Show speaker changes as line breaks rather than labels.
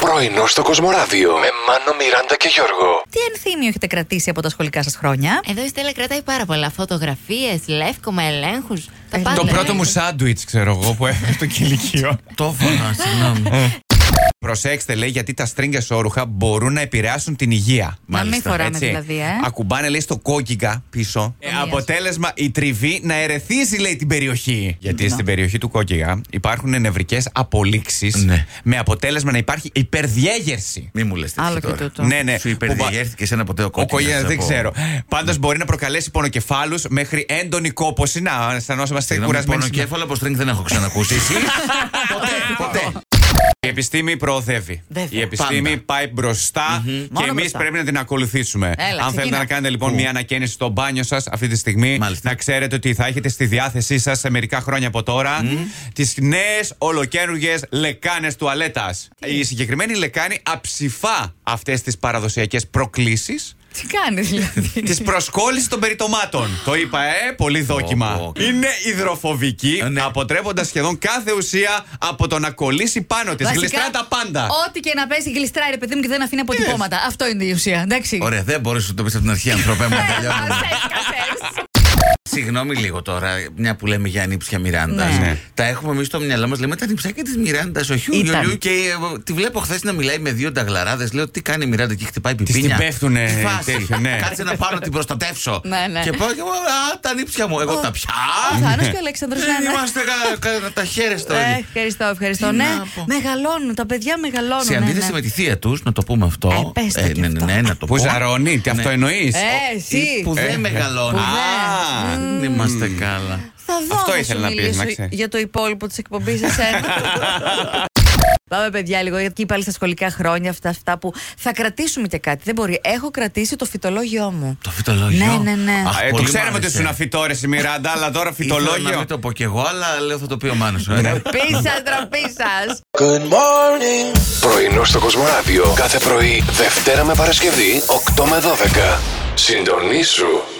Πρωινό στο Κοσμοράδιο με Μάνο, Μιράντα και Γιώργο.
Τι ενθύμιο έχετε κρατήσει από τα σχολικά σας χρόνια.
Εδώ η Στέλλα κρατάει πάρα πολλά. Φωτογραφίες, λεύκομα, ελέγχους. Τα
Ε,
πάντα.
Το πρώτο μου σάντουιτ, ξέρω εγώ, που έφερε στο κηλικείο.
Το φωνά, συγγνώμη.
Προσέξτε, λέει, γιατί τα στρίγγια όρουχα μπορούν να επηρεάσουν την υγεία.
Να μην
Μάλιστα,
φοράμε
Έτσι.
δηλαδή, ε.
Ακουμπάνε, λέει, στο κόκκιγκα πίσω. Ε,
Μιας.
αποτέλεσμα η τριβή να ερεθίσει, λέει, την περιοχή. Γιατί
Ναι.
στην περιοχή του κόκκιγκα υπάρχουν νευρικές απολύξεις.
Ναι.
Με αποτέλεσμα να υπάρχει υπερδιέγερση.
Μη μου λες
Άλλο
τέτοια
και
τώρα.
τούτο.
Ναι, ναι.
Σου
Που πα-
υπερδιαγέρθηκε ένα ποτέ ο
Ο
κόκκινο.
κόκκιγκα δεν ξέρω. Πάντως μπορεί να προκαλέσει πονοκεφάλους μέχρι έντονη κόποση. Να, αισθανόμαστε
Συγγνώμη,
κουρασμένοι.
πονοκέφαλο από string δεν έχω ξανακούσει. Εσύ. Ποτέ, ποτέ.
Η επιστήμη προοδεύει.
Βέβαια.
Η επιστήμη
Πάντα.
πάει μπροστά και
Μόνο
εμείς
μπροστά.
πρέπει να την ακολουθήσουμε.
ξεκινά.
Αν θέλετε να κάνετε λοιπόν μια ανακαίνιση στο μπάνιο σας αυτή τη στιγμή,
Μάλιστα.
να ξέρετε ότι θα έχετε στη διάθεσή σας σε μερικά χρόνια από τώρα τις τις νέες ολοκένουργες λεκάνες τουαλέτας. Η συγκεκριμένη λεκάνη αψηφά αυτές τις παραδοσιακές προκλήσεις
Τι κάνεις δηλαδή.
της προσκόλλησης των περιτομάτων. Το είπα, ε, πολύ δόκιμα.
Ω, ω.
Είναι υδροφοβική,
Ε, ναι.
αποτρέποντας σχεδόν κάθε ουσία από το να κολλήσει πάνω της.
Βασικά,
Γλιστρά τα πάντα.
Ό,τι και να πέσει, γλιστράει ρε παιδί μου και δεν αφήνει αποτυπώματα. Αυτό είναι η ουσία. Εντάξει.
Ωραία, δεν μπορείς να το πεις από την αρχή, ανθρωπέ μου.
Ε,
τελειώνουμε.
μας έσκασες.
Συγγνώμη λίγο τώρα, μια που λέμε για ανήψια Μιράντα.
Ναι.
Ναι.
Τα έχουμε εμείς στο μυαλό μας. Λέμε τα ανήψια της Μιράντας, ο Χιού
Ήταν.
Λιουλιού. Και ε, τη βλέπω χθες να μιλάει με δύο ταγλαράδε. Λέω τι κάνει η Μιράντα και χτυπάει πιπίνια.
την πέφτουνε
Τι φάση.
τέτοιο, ναι.
Κάτσε να πάρω την προστατεύσω.
Ναι, ναι.
Και πάω και μου, α, τα ανήψια μου. Εγώ τα πια.
Ο Θάνος και ο Αλέξανδρος
Δεν
ναι, ναι.
Ε, είμαστε κα- κα- τα χαίρεστα
Ε,
όλοι.
Ευχαριστώ, ευχαριστώ.
Τι
Ναι,
να πω.
μεγαλώνουν. Τα παιδιά μεγαλώνουν.
Σε
ναι,
αντίθεση
ναι.
με τη θεία τους, να το πούμε αυτό.
Ε, πες το και
ναι, ναι,
αυτό.
ναι, να
Που
το πω.
ζαρώνει, τι αυτό
Ναι.
εννοείς.
Ε, εσύ.
Ή Που
Ε,
δεν μεγαλώνει.
που
Α,
δεν.
Δεν είμαστε καλά.
Θα δω
Αυτό
να
ήθελα
σου
να πεις,
μιλήσω
να ξέρεις.
για το υπόλοιπο της εκπομπής εσένα. Πάμε παιδιά λίγο εκεί πάλι στα σχολικά χρόνια αυτά, αυτά που θα κρατήσουμε και κάτι. Δεν μπορεί. Έχω κρατήσει το φυτολόγιο μου.
Το φυτολόγιο.
Ναι, ναι, ναι.
Αχ,
Ε, το
ε, πολύ μ'
ξέραμε ότι
άρεσε.
ήσουν αφιτόρε η Μιράντα, αλλά τώρα
Ήθελα να
φυτολόγιο. Ναι.
μην το πω κι εγώ, αλλά λέω θα το πει ο Μάνος. ωραία.
Πίσα, ντροπή σας.
Πρωινό στο Κοσμοράδιο κάθε πρωί, Δευτέρα με Παρασκευή, 8 με 12. Συντονίσου